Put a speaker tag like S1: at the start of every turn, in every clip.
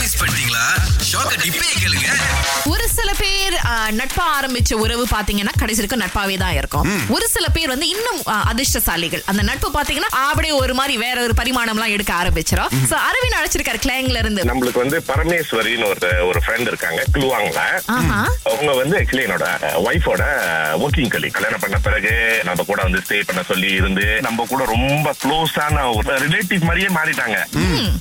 S1: Miss பண்ணிட்டீங்களா ஷாக்க டிப்பே கேளுங்க
S2: ஒரு சில பேர் ஆ, நட்பா ஆரம்பிச்ச உறவு பாத்தீங்கன்னா கடைசி வரைக்கும் நட்பாவே தான் இருக்கும் ஒரு சில பேர் வந்து இன்னும் ஆ, அதிர்ஷ்டசாலிகள் அந்த நட்பு பாத்தீங்கன்னா அப்படியே ஒரு மாதிரி வேற ஒரு பரிமாணம் எல்லாம் எடுக்க ஆரம்பிச்சிடும் சோ அரவின் அழைச்சிருக்காரு கிளாங்ல இருந்து
S3: நம்மளுக்கு வந்து பரமேஸ்வரின்னு ஒரு ஒரு ஃப்ரெண்ட் இருக்காங்க குழுவாங்கள
S2: ஆஹா.
S3: அவங்க வந்து ஆக்சுவலி என்னோட ஒய்ஃபோட ஒர்க்கிங் கலி கல்யாணம் பண்ண பிறகு நம்ம கூட வந்து ஸ்டே பண்ண சொல்லி இருந்து நம்ம கூட ரொம்ப க்ளோஸான ஒரு ரிலேட்டிவ் மாதிரியே மாறிட்டாங்க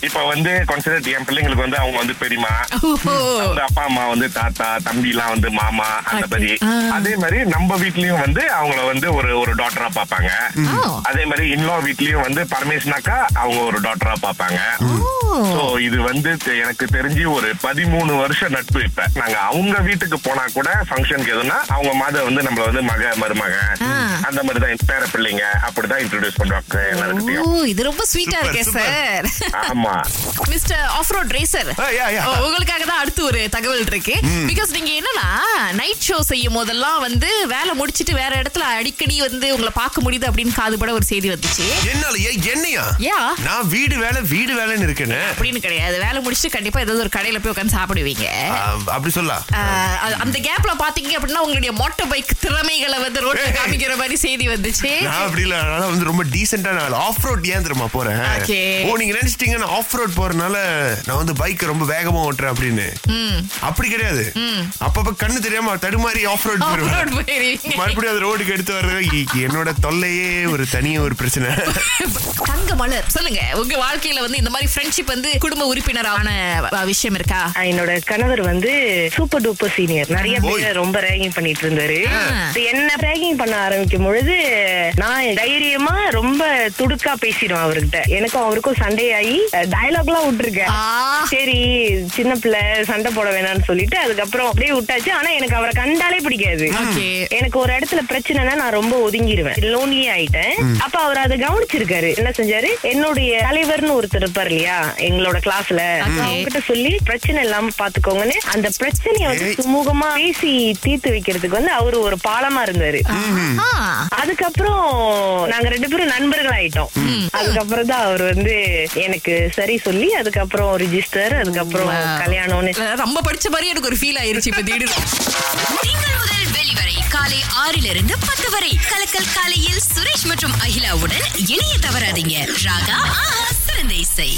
S3: இப்ப வந்து கன்சிடர் என் பிள்ளைங்களுக்கு வந்து அவங்க வந்து பெரியமா
S2: ஓஹோ.
S3: அவங்க அப்பா அம்மா வந்து தாத்தா தம்பி எல்லாம் வந்து மாமா அந்த மாதிரி
S2: ஆ.
S3: அதே மாதிரி நம்ம வீட்லயும் வந்து அவங்கள வந்து ஒரு ஒரு டாட்டரா பாப்பாங்க
S2: ஆ.
S3: அதே மாதிரி இன்லா வீட்லயும் வந்து பரமேஷ்னாக்கா அவங்க ஒரு டாட்டரா பாப்பாங்க சோ இது வந்து தெ- எனக்கு தெரிஞ்சு ஒரு பதிமூணு வருஷம் நட்பு இப்ப நாங்க அவங்க வீட்டுக்கு போனா கூட ஃபங்க்ஷனுக்கு எதுனா அவங்க மாதம் வந்து நம்மள வந்து மக மருமக
S2: ஆ.
S3: அந்த மாதிரி தான் பேர பிள்ளைங்க அப்படிதான் இன்ட்ரோடியூஸ் பண்றாங்க
S2: ஓ
S3: எல்லாருக்கிட்டையும்
S2: இது ரொம்ப ஸ்வீட்டா
S4: Super,
S2: இருக்கே
S4: super.
S2: சார்
S3: ஆமா
S2: mister off road racer
S4: Ah, yeah, yeah.
S2: உங்களுக்காக தான் அடுத்து ஒரு தகவல் இருக்கு பிகாஸ் நீங்க என்னன்னா நைட் ஷோ செய்யும் போதெல்லாம் வந்து வேலை முடிச்சிட்டு வேற இடத்துல அடிக்கடி வந்து உங்களை பார்க்க முடியுது அப்படின்னு காதுபட ஒரு செய்தி வந்துச்சு
S4: என்னாலயா என்னையா
S2: Yeah.
S4: நான் வீடு வேலை வீடு வேலைன்னு இருக்கேன்னு
S2: அப்படின்னு கிடையாது வேலை முடிச்சுட்டு கண்டிப்பா ஏதாவது ஒரு கடையில போய் உட்காந்து சாப்பிடுவீங்க
S4: ஆ, அப்படி சொல்லா
S2: ஆஹ், அது- அந்த கேப்ல பாத்தீங்க அப்படின்னா உங்களுடைய மோட்டார் பைக் திறமைகளை வந்து ரோட்ல
S4: Hey.
S2: காமிக்கிற மாதிரி செய்தி வந்துச்சு
S4: நான் அப்படி இல்ல அதனால வந்து ரொம்ப டீசென்டா நான் ஆஃப் ரோட் ஏன் தெரியுமா போறேன்
S2: Okay.
S4: ஓ நீங்க நினைச்சிட்டீங்க நான் ஆஃப் ரோட் போறதுனால நான் வந்து பைக் ரொம்ப வேகமா ஓட்டுறேன் அப்படின்னு அப்படி கிடையாது அப்பப்ப கண்ணு தெரியாம தடுமாறி ஆஃப் ரோட்
S2: Off road
S4: போயிருவேன்
S2: போயிருவீங்க.
S4: மறுபடியும் அது ரோடுக்கு எடுத்து வர்றது இ- என்னோட தொல்லையே ஒரு தனிய ஒரு பிரச்சனை
S2: தங்க மலர் சொல்லுங்க உங்க வாழ்க்கையில வந்து இந்த மாதிரி ஃப்ரெண்ட்ஷிப் வந்து குடும்ப உறுப்பினரான அஹ், விஷயம் இருக்கா
S5: ஆஹ் என்னோட கணவர் வந்து சூப்பர் டூப்பர் சீனியர் நிறைய
S4: ஓய்.
S5: பேர ரொம்ப ரேகிங் பண்ணிட்டு இருந்தாரு
S2: ஆ.
S5: இப்ப என்ன ரேகிங் பண்ண ஆரம்பிக்கும் பொழுது நான் தைரியமா ரொம்ப துடுக்கா பேசிடுவேன் அவர்கிட்ட எனக்கும் அவருக்கும் சண்டை ஆகி டயலாக் எல்லாம் விட்டுருக்கேன்
S2: ஆ.
S5: சரி சின்ன பிள்ளை சண்டை போட வேணாம்னு சொல்லிட்டு அதுக்கப்புறம் அப்படியே விட்டாச்சு ஆனா எனக்கு அவரை கண்டாலே பிடிக்காது
S2: Okay.
S5: எனக்கு ஒரு இடத்துல பிரச்சனைனா நான் ரொம்ப ஒதுங்கிடுவேன் லோன்லி ஆயிட்டேன் அப்ப அவர் அதை கவனிச்சிருக்காரு என்ன செஞ்சாரு என்னுடைய தலைவர்னு ஒருத்தர் இருப்பார் இல்லையா எங்களோட கிளாஸ்ல
S2: Okay.
S5: அவங்ககிட்ட சொல்லி பிரச்சனை இல்லாம பாத்துக்கோங்கன்னு அந்த பிரச்சனைய வந்து
S4: ஏய்.
S5: சுமூகமா பேசி தீர்த்து வைக்கிறதுக்கு வந்து அவரு ஒரு பாலமா இருந்தாரு
S2: ஆ.
S5: அதுக்கப்புறம் நாங்க ரெண்டு பேரும் நண்பர்கள் ஆயிட்டோம் அதுக்கப்புறம் தான் அவர் வந்து எனக்கு சரி சொல்லி அதுக்கப்புறம் ரிஜிஸ்டர் அதுக்கப்புறம்
S2: Wow.
S5: கல்யாணம்னு
S2: ரொம்ப படிச்ச மாதிரி எனக்கு ஒரு ஃபீல் ஆயிருச்சு இப்ப திடீர்னு
S6: திங்கள் முதல் வெளிவரை காலை ஆறிலிருந்து பத்து வரை கலக்கல் காலையில் சுரேஷ் மற்றும் அகிலாவுடன் இணைய தவறாதீங்க ராகா ஆஹா சிறந்த இசை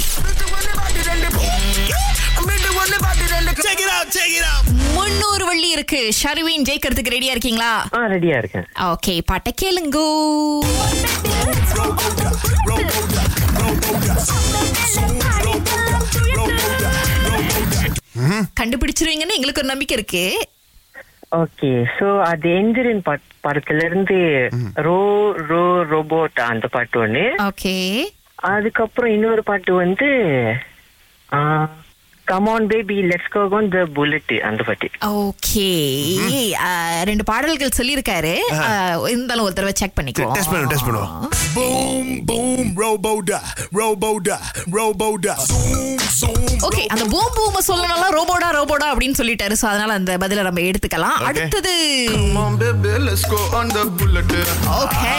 S2: முன்னூறு வள்ளி இருக்கு ஷர்வின் ஜெயிக்கிறதுக்கு ரெடியா இருக்கீங்களா
S5: ரெடியா இருக்கேன்
S2: ஓகே பாட்ட கேளுங்கோ கண்டுபிடிச்சிருவீங்கன்னு எங்களுக்கு ஒரு நம்பிக்கை இருக்கு
S5: ஓகே சோ அது எந்திரன் படத்துல இருந்து ரோ ரோ ரோபோட் அந்த பாட்டு ஒண்ணு
S2: ஓகே
S5: அதுக்கப்புறம் இன்னொரு பாட்டு வந்து come on baby let's go gone the bullet அந்த பாட்டு
S2: ஓகே ரெண்டு பாடல்கள் சொல்லியிருக்காரு ஆஹ், இருந்தாலும் ஒரு தடவை செக் பண்ணிக்குவோம்
S4: டெஸ்ட் பண்ணுவோம் டெஸ்ட் பண்ணுவோம்
S7: Boom, boom, robo da, robo da, robo da. Zoom, zoom.
S2: Okay அந்த பூம் பூம சொல்லணும்லாம் ரோபோடா ரோபோடா அப்படின்னு சொல்லிட்டாரு சோ அதனால அந்த பதில நம்ம எடுத்துக்கலாம்
S4: Okay.
S2: அடுத்தது
S7: Mom, baby, let's go on the bullet.
S2: Okay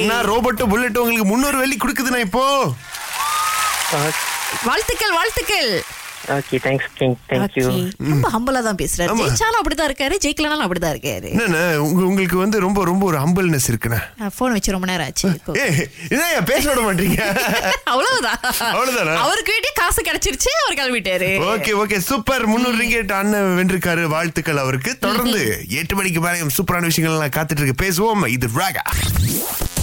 S4: அண்ணா ரோபோட்டும் புல்லட்டும் உங்களுக்கு முன்னூறு வெள்ளி கொடுக்குதுண்ணா இப்போ
S2: வாழ்த்துக்கள் வாழ்த்துக்கள்
S5: okay thanks king thank you
S2: Okay. ரொம்ப ஹம்பலா தான் பேசுறாரு
S4: ஆமா.
S2: ஜெயிச்சாலும் அப்படிதான் இருக்காரு ஜெயிக்கலனாலும் அப்படிதான் இருக்காரு
S4: என்னண்ணா உங்க- உங்களுக்கு வந்து ரொம்ப ரொம்ப ஒரு ஹம்பிள்னஸ் இருக்குண்ணா
S2: போன் வச்சு ரொம்ப நேரம் ஆச்சு இப்போ.
S4: ஏய் இதையா பேச விட மாட்டீங்க
S2: அவ்வளவுதான்
S4: அவ்வளவுதானா?
S2: அவருக்கு வேண்டிய காசு கிடைச்சிருச்சு அவர் கிளம்பிட்டாரு
S4: ஓகே ஓகே சூப்பர் முன்னூறு ரிங்கெட் அண்ணன் வென்றிருக்காரு வாழ்த்துக்கள் அவருக்கு தொடர்ந்து எட்டு மணிக்கு மேலே சூப்பரான விஷயங்கள் எல்லாம் காத்துட்டு இருக்கு பேசுவோம் இது ராகா